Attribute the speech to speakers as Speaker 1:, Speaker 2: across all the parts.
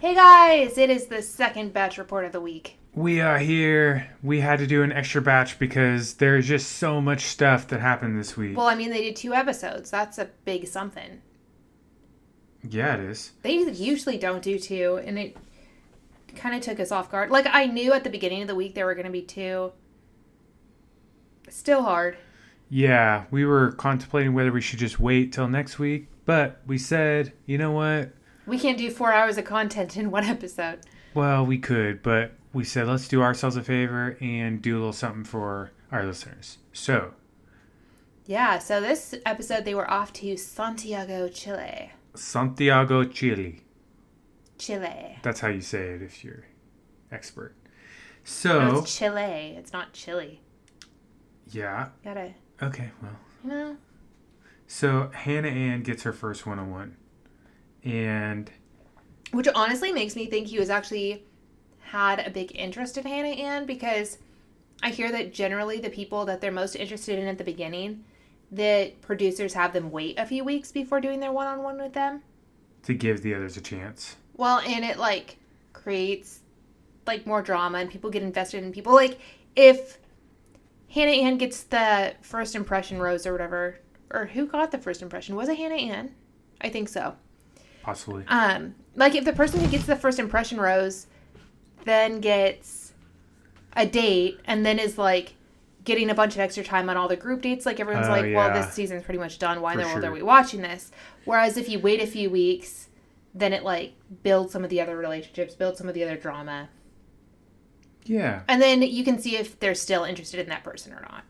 Speaker 1: Hey guys, it is the second batch report of the week.
Speaker 2: We are here. We had to do an extra batch because there's just so much stuff that happened this week.
Speaker 1: Well, I mean, they did two episodes. That's a big something.
Speaker 2: yeah, it is.
Speaker 1: They usually don't do two, and it kind of took us off guard. Like, I knew at the beginning of the week there were going to be two. Still hard.
Speaker 2: Yeah, we were contemplating whether we should just wait till next week, but we said, you know what?
Speaker 1: We can't do four hours of content in one episode.
Speaker 2: Well, we could, but we said let's do ourselves a favor and do a little something for our listeners. So,
Speaker 1: Yeah, so this episode they were off to Santiago, Chile.
Speaker 2: Santiago, Chile.
Speaker 1: Chile.
Speaker 2: That's how you say it if you're expert. So,
Speaker 1: It's Chile. It's not Chile.
Speaker 2: yeah.
Speaker 1: Gotta,
Speaker 2: Okay, well.
Speaker 1: you know.
Speaker 2: So, Hannah Ann gets her first 101. And
Speaker 1: which honestly makes me think he was actually had a big interest in Hannah Ann because I hear that generally the people that they're most interested in at the beginning, that producers have them wait a few weeks before doing their one on one with them.
Speaker 2: to give the others a chance.
Speaker 1: Well, and it like creates like more drama and people get invested in people. Like if Hannah Ann gets the first impression rose or whatever, or who got the first impression? Was it Hannah Ann? I think so.
Speaker 2: Possibly.
Speaker 1: Um, like if the person who gets the first impression rose then gets a date and then is like getting a bunch of extra time on all the group dates, like everyone's
Speaker 2: Oh,
Speaker 1: like, well,
Speaker 2: yeah.
Speaker 1: this season's pretty much done. Why in
Speaker 2: For
Speaker 1: the world
Speaker 2: sure.
Speaker 1: are we watching this? Whereas if you wait a few weeks, then it like builds some of the other relationships, builds some of the other drama.
Speaker 2: Yeah.
Speaker 1: And then you can see if they're still interested in that person or not.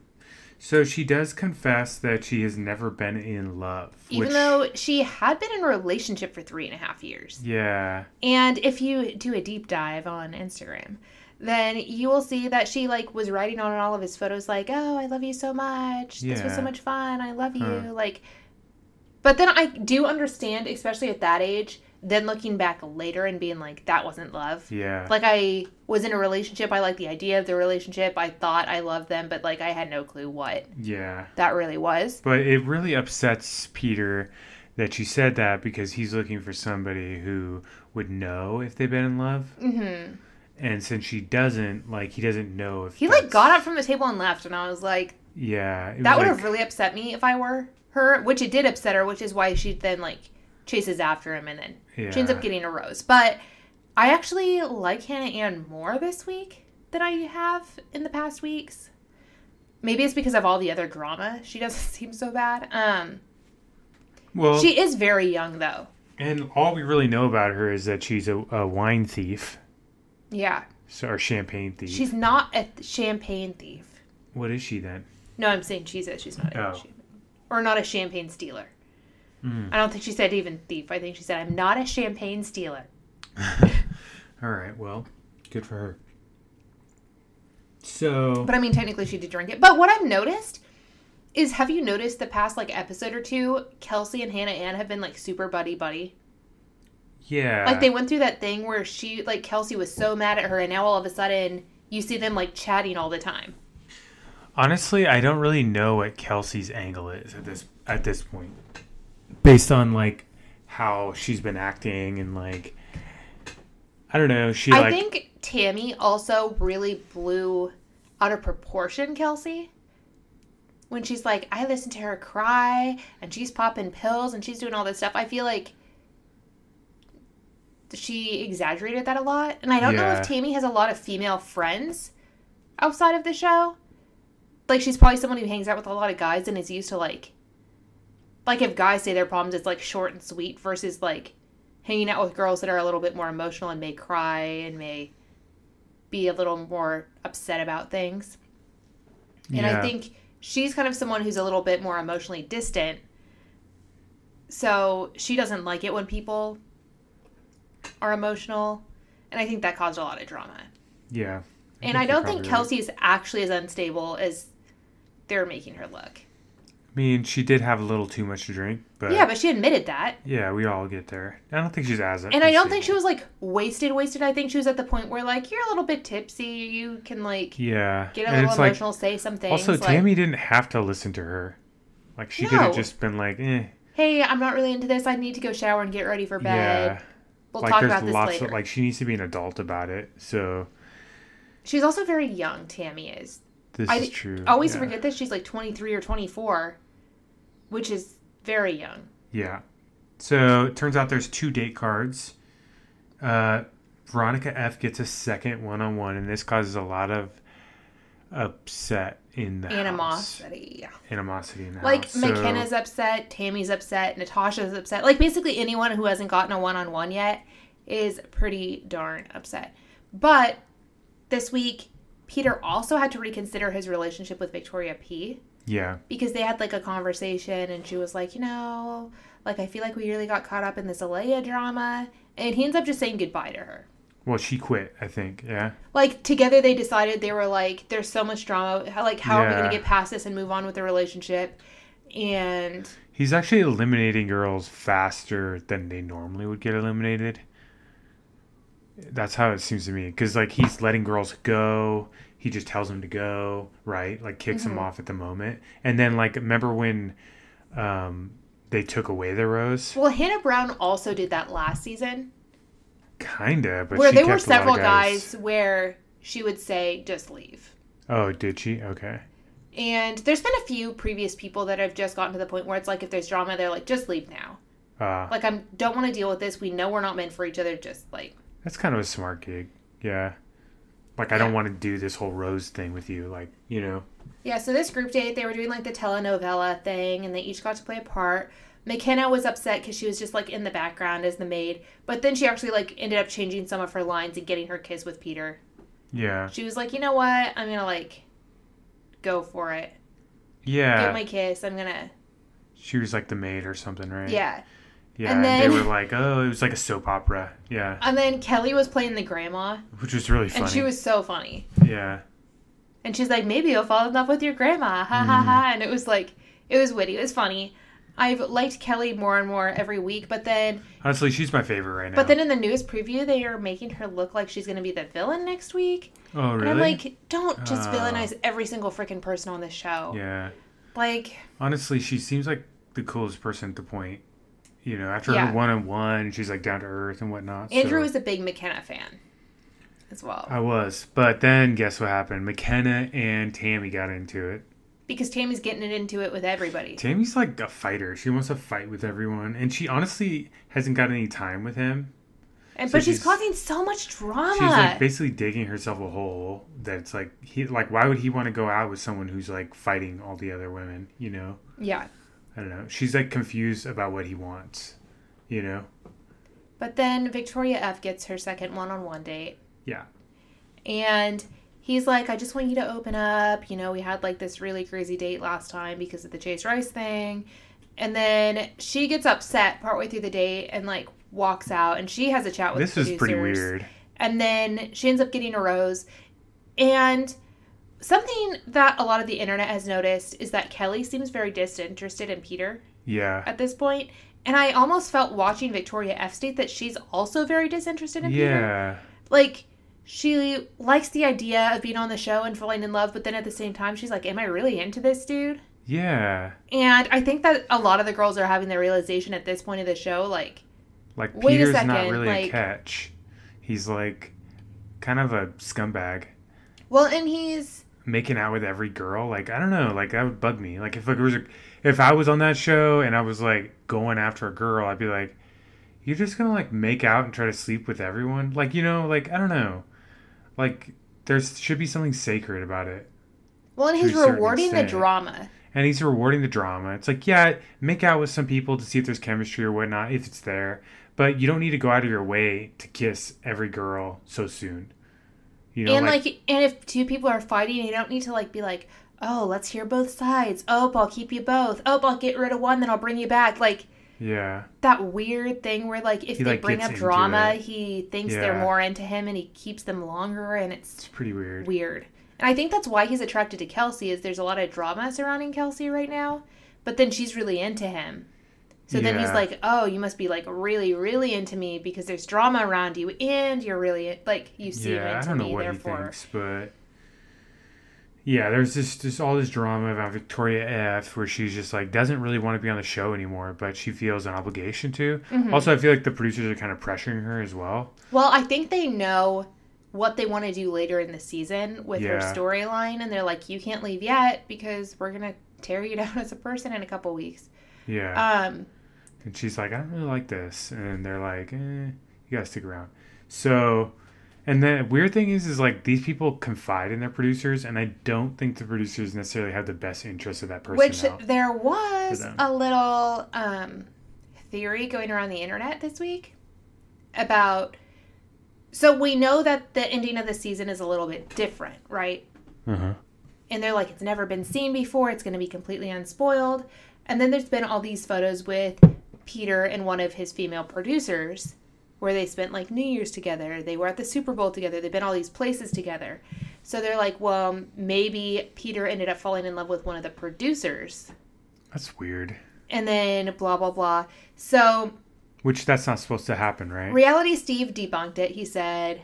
Speaker 2: So she does confess that she has never been in love.
Speaker 1: Even
Speaker 2: which,
Speaker 1: though she had been in a relationship for three and a half years.
Speaker 2: Yeah.
Speaker 1: And if you do a deep dive on Instagram, then you will see that she like was writing on all of his photos like, "Oh, I love you so much. This was
Speaker 2: Yeah.
Speaker 1: so much fun. I love you."
Speaker 2: Huh.
Speaker 1: Like But then I do understand, especially at that age, then looking back later and being like that wasn't love.
Speaker 2: Yeah.
Speaker 1: Like I was in a relationship, I liked the idea of the relationship. I thought I loved them, but like I had no clue what
Speaker 2: yeah.
Speaker 1: that really was.
Speaker 2: But it really upsets Peter that she said that because he's looking for somebody who would know if they've been in love.
Speaker 1: Mhm.
Speaker 2: And since she doesn't, like, he doesn't know if
Speaker 1: He like
Speaker 2: that's-
Speaker 1: got up from the table and left and I was like,
Speaker 2: Yeah. it
Speaker 1: That
Speaker 2: was
Speaker 1: would
Speaker 2: like-
Speaker 1: have really upset me if I were her, which it did upset her, which is why she then like chases after him and then
Speaker 2: yeah.
Speaker 1: she ends up getting a rose. But I actually like Hannah Ann more this week than I have in the past weeks. Maybe it's because of all the other drama. She doesn't seem so bad. Um,
Speaker 2: Well,
Speaker 1: she is very young though.
Speaker 2: and all we really know about her is that she's a, a wine thief,
Speaker 1: Yeah,
Speaker 2: so, or champagne thief.
Speaker 1: she's not a th- champagne thief.
Speaker 2: What is she then?
Speaker 1: No, I'm saying she's a she's not a
Speaker 2: Oh. Hmm.
Speaker 1: champagne, or not a champagne stealer. I don't think she said even thief. I think she said I'm not a champagne stealer.
Speaker 2: All right. Well, good for her. So
Speaker 1: But I mean, technically, she did drink it. But what I've noticed is, have you noticed the past like episode or two, Kelsey and Hannah Ann have been like super buddy buddy.
Speaker 2: yeah,
Speaker 1: Like they went through that thing where she like Kelsey was so mad at her, and now all of a sudden you see them like chatting all the time.
Speaker 2: honestly, I don't really know what Kelsey's angle is at this at this point, based on like how she's been acting and like I don't know. She
Speaker 1: I
Speaker 2: like
Speaker 1: think Tammy also really blew out of proportion Kelsey when she's like, I listened to her cry and she's popping pills and she's doing all this stuff. I feel like she exaggerated that a lot. And I don't know
Speaker 2: Yeah.
Speaker 1: if Tammy has a lot of female friends outside of the show. Like, she's probably someone who hangs out with a lot of guys and is used to, like, like if guys say their problems, it's like short and sweet versus like hanging out with girls that are a little bit more emotional and may cry and may be a little more upset about things. And
Speaker 2: yeah,
Speaker 1: I think she's kind of someone who's a little bit more emotionally distant. So she doesn't like it when people are emotional. And I think that caused a lot of drama.
Speaker 2: yeah,
Speaker 1: and I
Speaker 2: you're
Speaker 1: don't think
Speaker 2: probably right.
Speaker 1: Kelsey is actually as unstable as they're making her look.
Speaker 2: I mean, she did have a little too much to drink, but
Speaker 1: yeah, but she admitted that.
Speaker 2: yeah, we all get there. I don't think she's as
Speaker 1: And I don't think she was like wasted, wasted. I think she was at the point where like you're a little bit tipsy. You can like
Speaker 2: yeah,
Speaker 1: get a
Speaker 2: and
Speaker 1: little
Speaker 2: it's like
Speaker 1: emotional, say some things.
Speaker 2: also
Speaker 1: like,
Speaker 2: Tammy didn't have to listen to her. Like she could have
Speaker 1: No.
Speaker 2: just been like, eh,
Speaker 1: hey, I'm not really into this. I need to go shower and get ready for bed.
Speaker 2: Yeah.
Speaker 1: We'll
Speaker 2: like
Speaker 1: talk
Speaker 2: there's
Speaker 1: about this
Speaker 2: lots
Speaker 1: later.
Speaker 2: of like she needs to be an adult about it. So
Speaker 1: She's also very young, Tammy is.
Speaker 2: this
Speaker 1: I
Speaker 2: is
Speaker 1: d-
Speaker 2: true.
Speaker 1: I always
Speaker 2: yeah.
Speaker 1: forget that she's like 23 or 24, which is very young.
Speaker 2: Yeah. So it turns out there's two date cards. Uh, Veronica F gets a second one on one, and this causes a lot of upset in the house.
Speaker 1: Animosity.
Speaker 2: Animosity in the
Speaker 1: Like
Speaker 2: house.
Speaker 1: McKenna's
Speaker 2: So,
Speaker 1: upset, Tammy's upset, Natasha's upset. Like basically anyone who hasn't gotten a one on one yet is pretty darn upset. But this week, Peter also had to reconsider his relationship with Victoria P
Speaker 2: yeah.
Speaker 1: because they had like a conversation and she was like, you know, like I feel like we really got caught up in this Alea drama. And he ends up just saying goodbye to her.
Speaker 2: Well, she quit, I think. Yeah.
Speaker 1: like together they decided they were like there's so much drama how, like how are we
Speaker 2: Yeah.
Speaker 1: going to get past this and move on with the relationship and
Speaker 2: He's actually eliminating girls faster than they normally would get eliminated. That's how it seems to me. Because, like, he's letting girls go. He just tells them to go, right? Like, kicks
Speaker 1: Mm-hmm.
Speaker 2: them off at the moment. And then, like, remember when um, they took away the rose?
Speaker 1: well hannah brown also did that last season
Speaker 2: Kinda, but
Speaker 1: where
Speaker 2: she
Speaker 1: there were
Speaker 2: kept a lot of
Speaker 1: several guys. where she would say just leave
Speaker 2: Oh, did she? Okay.
Speaker 1: and there's been a few previous people that have just gotten to the point where it's like if there's drama they're like just leave now
Speaker 2: Uh,
Speaker 1: like i'm don't want to deal with this we know we're not meant for each other just like
Speaker 2: that's kind of a smart gig. Yeah. Like, I
Speaker 1: Yeah.
Speaker 2: don't want to do this whole rose thing with you. Like, you know.
Speaker 1: Yeah, so this group date, they were doing like the telenovela thing, and they each got to play a part. McKenna was upset because she was just like in the background as the maid, but then she actually like ended up changing some of her lines and getting her kiss with Peter.
Speaker 2: Yeah.
Speaker 1: She was like, you know what? I'm gonna like go for it.
Speaker 2: Yeah.
Speaker 1: Get my kiss. I'm gonna
Speaker 2: She was like the maid or something, right?
Speaker 1: yeah.
Speaker 2: Yeah.
Speaker 1: And
Speaker 2: And
Speaker 1: then-
Speaker 2: they were like, oh, it was like a soap opera. Yeah.
Speaker 1: And then Kelly was playing the grandma,
Speaker 2: Which was really funny.
Speaker 1: and she was so funny.
Speaker 2: yeah.
Speaker 1: And she's like, maybe you'll fall in love with your grandma. Ha ha
Speaker 2: Mm-hmm.
Speaker 1: ha. And it was like, it was witty. It was funny. I've liked Kelly more and more every week, but then
Speaker 2: Honestly, she's my favorite right now.
Speaker 1: But then in the news preview, they are making her look like she's going to be the villain next week.
Speaker 2: oh, really?
Speaker 1: And I'm like, don't just
Speaker 2: Oh.
Speaker 1: villainize every single freaking person on this show.
Speaker 2: yeah.
Speaker 1: Like,
Speaker 2: Honestly, she seems like the coolest person at the point. You know, after
Speaker 1: Yeah.
Speaker 2: her one on one, she's like down to earth and whatnot.
Speaker 1: Andrew
Speaker 2: so- Uh,
Speaker 1: was a big McKenna fan as well.
Speaker 2: I was. But then guess what happened? McKenna and Tammy got into it.
Speaker 1: because Tammy's getting it into it with everybody.
Speaker 2: Tammy's like a fighter. She wants to fight with everyone. And she honestly hasn't got any time with him.
Speaker 1: And,
Speaker 2: So
Speaker 1: but she's,
Speaker 2: she's-
Speaker 1: causing so much drama.
Speaker 2: She's like basically digging herself a hole that's like he like why would he want to go out with someone who's like fighting all the other women, you know?
Speaker 1: yeah.
Speaker 2: I don't know. She's like confused about what he wants, you know?
Speaker 1: But then Victoria F gets her second one on one date.
Speaker 2: Yeah.
Speaker 1: And he's like, I just want you to open up. You know, we had like this really crazy date last time because of the Chase Rice thing. And then she gets upset partway through the date and like walks out and she has a chat with
Speaker 2: This
Speaker 1: the
Speaker 2: is pretty
Speaker 1: producers.
Speaker 2: weird.
Speaker 1: And then she ends up getting a rose. And something that a lot of the internet has noticed is that Kelly seems very disinterested in Peter
Speaker 2: Yeah.
Speaker 1: at this point. And I almost felt watching Victoria F state that she's also very disinterested in Peter
Speaker 2: Yeah.
Speaker 1: like she likes the idea of being on the show and falling in love, but then at the same time she's like, Am I really into this dude?
Speaker 2: Yeah.
Speaker 1: And I think that a lot of the girls are having the realization at this point of the show, like,
Speaker 2: Like
Speaker 1: Wait a
Speaker 2: Peter's
Speaker 1: second,
Speaker 2: not really
Speaker 1: like-
Speaker 2: a catch. He's like kind of a scumbag.
Speaker 1: well, and he's
Speaker 2: making out with every girl like i don't know like that would bug me like if like, there was a, if i was on that show and i was like going after a girl i'd be like you're just gonna like make out and try to sleep with everyone like you know like i don't know like there should be something sacred about it
Speaker 1: well, and he's
Speaker 2: To a certain
Speaker 1: rewarding the
Speaker 2: extent.
Speaker 1: drama.
Speaker 2: and he's rewarding the drama it's like yeah make out with some people to see if there's chemistry or whatnot if it's there but you don't need to go out of your way to kiss every girl so soon you know
Speaker 1: and like, and if two people are fighting, you don't need to like be like, Oh, let's hear both sides. Oh, I'll keep you both. Oh, I'll get rid of one, then I'll bring you back. Like
Speaker 2: yeah
Speaker 1: that weird thing where like if
Speaker 2: He,
Speaker 1: they
Speaker 2: like,
Speaker 1: bring
Speaker 2: gets
Speaker 1: up
Speaker 2: into
Speaker 1: drama,
Speaker 2: it.
Speaker 1: he thinks they're
Speaker 2: Yeah.
Speaker 1: more into him and he keeps them longer and it's
Speaker 2: it's pretty weird
Speaker 1: weird. And I think that's why he's attracted to Kelsey is there's a lot of drama surrounding Kelsey right now, but then she's really into him. So then he's
Speaker 2: Yeah.
Speaker 1: like, "Oh, you must be like really really into me because there's drama around you and you're really like you seem
Speaker 2: yeah
Speaker 1: into
Speaker 2: i don't know
Speaker 1: me
Speaker 2: what he
Speaker 1: therefore."
Speaker 2: thinks but Yeah, there's this just all this drama about Victoria F where she's just like doesn't really want to be on the show anymore, but she feels an obligation to. Also, I feel like the producers are kind of pressuring her as well.
Speaker 1: Well, I think they know what they want to do later in the season with her
Speaker 2: Yeah.
Speaker 1: storyline, and they're like, "You can't leave yet because we're gonna tear you down as a person in a couple weeks."
Speaker 2: Yeah.
Speaker 1: Um,
Speaker 2: and she's like, I don't really like this. And they're like, eh, you gotta stick around. So, and the weird thing is, is like these people confide in their producers, and I don't think the producers necessarily have the best interest of that person.
Speaker 1: which
Speaker 2: out.
Speaker 1: there was
Speaker 2: them.
Speaker 1: a little um, theory going around the internet this week about. So we know that the ending of the season is a little bit different, right?
Speaker 2: Uh-huh.
Speaker 1: and they're like it's never been seen before it's going to be completely unspoiled and then there's been all these photos with peter and one of his female producers where they spent like new year's together they were at the super bowl together they've been all these places together so they're like well maybe peter ended up falling in love with one of the producers
Speaker 2: That's weird.
Speaker 1: and then blah blah blah so
Speaker 2: Which that's not supposed to happen, right?
Speaker 1: reality steve debunked it he said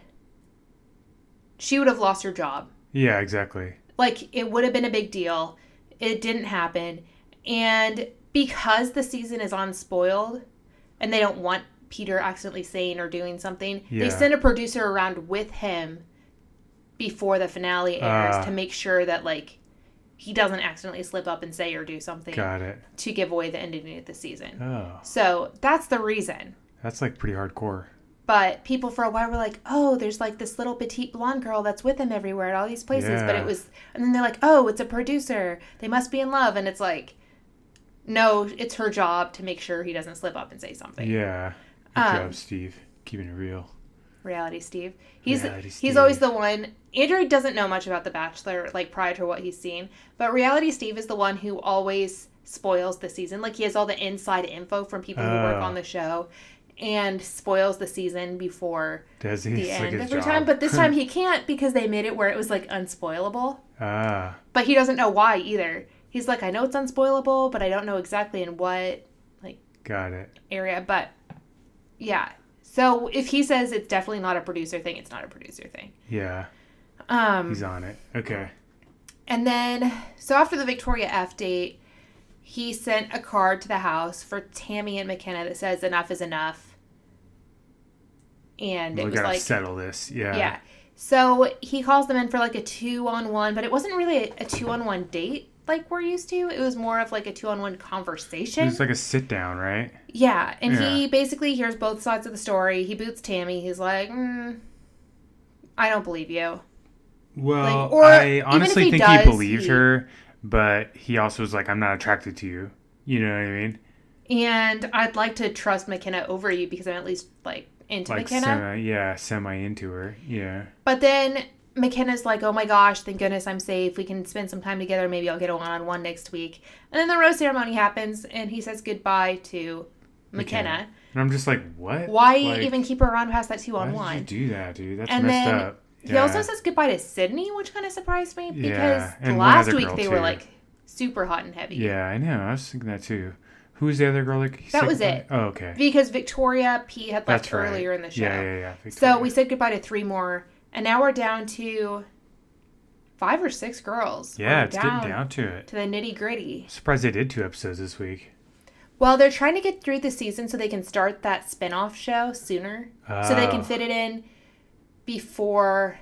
Speaker 1: she would have lost her job
Speaker 2: yeah, exactly.
Speaker 1: like it would have been a big deal it didn't happen and because the season is unspoiled and they don't want peter accidentally saying or doing something
Speaker 2: Yeah.
Speaker 1: they send a producer around with him before the finale airs
Speaker 2: Ah.
Speaker 1: to make sure that like he doesn't accidentally slip up and say or do something
Speaker 2: Got it.
Speaker 1: to give away the ending of the season
Speaker 2: Oh,
Speaker 1: so that's the reason
Speaker 2: that's like pretty hardcore.
Speaker 1: but people for a while were like, "Oh, there's like this little petite blonde girl that's with him everywhere at all these places." But
Speaker 2: Yeah.
Speaker 1: it was, and then they're like, "Oh, it's a producer. They must be in love." And it's like, no, it's her job to make sure he doesn't slip up and say something.
Speaker 2: Yeah. Good
Speaker 1: Um,
Speaker 2: job, Steve. Keeping it real.
Speaker 1: Reality Steve. He's
Speaker 2: Reality
Speaker 1: he's
Speaker 2: Steve.
Speaker 1: always the one. Andrew doesn't know much about The Bachelor, like prior to what he's seen, but Reality Steve is the one who always spoils the season. Like he has all the inside info from people who work
Speaker 2: Oh.
Speaker 1: on the show, and spoils the season before
Speaker 2: Does he?
Speaker 1: the
Speaker 2: It's like
Speaker 1: end
Speaker 2: his
Speaker 1: every
Speaker 2: job.
Speaker 1: time, but this time he can't because they made it where it was like unspoilable.
Speaker 2: ah,
Speaker 1: But he doesn't know why either. He's like, I know it's unspoilable, but I don't know exactly in what
Speaker 2: got it.
Speaker 1: area. But yeah, so if he says it's definitely not a producer thing, it's not a producer thing.
Speaker 2: Yeah,
Speaker 1: Um,
Speaker 2: he's on it. Okay.
Speaker 1: and then so after the Victoria F date, he sent a card to the house for Tammy and McKenna that says "Enough is enough," and it
Speaker 2: we
Speaker 1: was
Speaker 2: gotta
Speaker 1: like
Speaker 2: settle this. Yeah.
Speaker 1: Yeah. So he calls them in for like a two on one, but it wasn't really a, a two on one date like we're used to. It was more of like a two on one conversation.
Speaker 2: It's like a sit down, right?
Speaker 1: yeah. And he
Speaker 2: Yeah.
Speaker 1: basically hears both sides of the story. He boots Tammy. He's like, mm, I don't believe you.
Speaker 2: Well,
Speaker 1: Like, or even
Speaker 2: I
Speaker 1: if
Speaker 2: honestly
Speaker 1: he
Speaker 2: think
Speaker 1: does,
Speaker 2: he believed
Speaker 1: he-
Speaker 2: her, but he also was like, "I'm not attracted to you." You know what I mean?
Speaker 1: And I'd like to trust McKenna over you because I'm at least like into
Speaker 2: Like
Speaker 1: McKenna.
Speaker 2: semi, yeah, semi into her. Yeah,
Speaker 1: But then McKenna's like, oh my gosh, thank goodness I'm safe. We can spend some time together. Maybe I'll get a one on one next week. And then the rose ceremony happens and he says goodbye to McKenna.
Speaker 2: McKenna. and I'm just like, "What?
Speaker 1: Why
Speaker 2: Like,
Speaker 1: even keep her around past that two
Speaker 2: why
Speaker 1: on
Speaker 2: did
Speaker 1: one?
Speaker 2: you do that, dude? That's
Speaker 1: And
Speaker 2: messed
Speaker 1: then
Speaker 2: up."
Speaker 1: He also says goodbye to Sydney, which kind of surprised me because
Speaker 2: Yeah, and one
Speaker 1: last
Speaker 2: other
Speaker 1: week
Speaker 2: girl,
Speaker 1: they were
Speaker 2: too.
Speaker 1: like super hot and heavy.
Speaker 2: "Yeah, I know. I was thinking that too." Who's the other girl? Like he
Speaker 1: That
Speaker 2: said
Speaker 1: was
Speaker 2: goodbye?
Speaker 1: it.
Speaker 2: Oh, okay.
Speaker 1: Because Victoria P had left
Speaker 2: That's right.
Speaker 1: earlier in the show.
Speaker 2: Yeah, yeah, yeah.
Speaker 1: So
Speaker 2: Victoria.
Speaker 1: we said goodbye to three more. And now we're down to five or six girls.
Speaker 2: Yeah,
Speaker 1: We're
Speaker 2: it's getting down to it.
Speaker 1: to the nitty gritty.
Speaker 2: Surprised they did two episodes this week.
Speaker 1: Well, they're trying to get through the season so they can start that spin-off show sooner. So they
Speaker 2: Oh.
Speaker 1: can fit it in before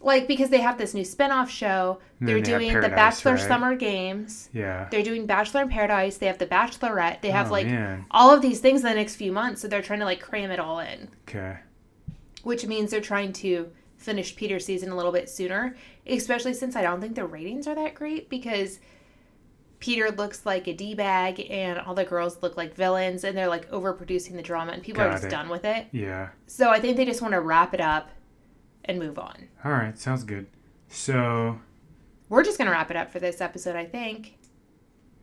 Speaker 1: like because they have this new spin-off show.
Speaker 2: And
Speaker 1: They're
Speaker 2: then they have
Speaker 1: doing the
Speaker 2: Paradise,
Speaker 1: Bachelor
Speaker 2: right?
Speaker 1: Summer Games.
Speaker 2: Yeah.
Speaker 1: They're doing Bachelor in Paradise. They have the Bachelorette. They have
Speaker 2: Oh,
Speaker 1: like
Speaker 2: man.
Speaker 1: all of these things in the next few months, so they're trying to like cram it all in.
Speaker 2: Okay.
Speaker 1: Which means they're trying to finish Peter's season a little bit sooner, especially since I don't think the ratings are that great because Peter looks like a D bag and all the girls look like villains and they're like overproducing the drama and people are
Speaker 2: Got
Speaker 1: just
Speaker 2: it.
Speaker 1: done with it.
Speaker 2: Yeah.
Speaker 1: So I think they just want to wrap it up and move on.
Speaker 2: All right. Sounds good. So
Speaker 1: We're just going to wrap it up for this episode, I think.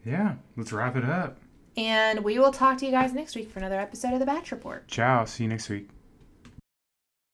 Speaker 2: yeah, let's wrap it up.
Speaker 1: And we will talk to you guys next week for another episode of The Batch Report.
Speaker 2: Ciao. See you next week.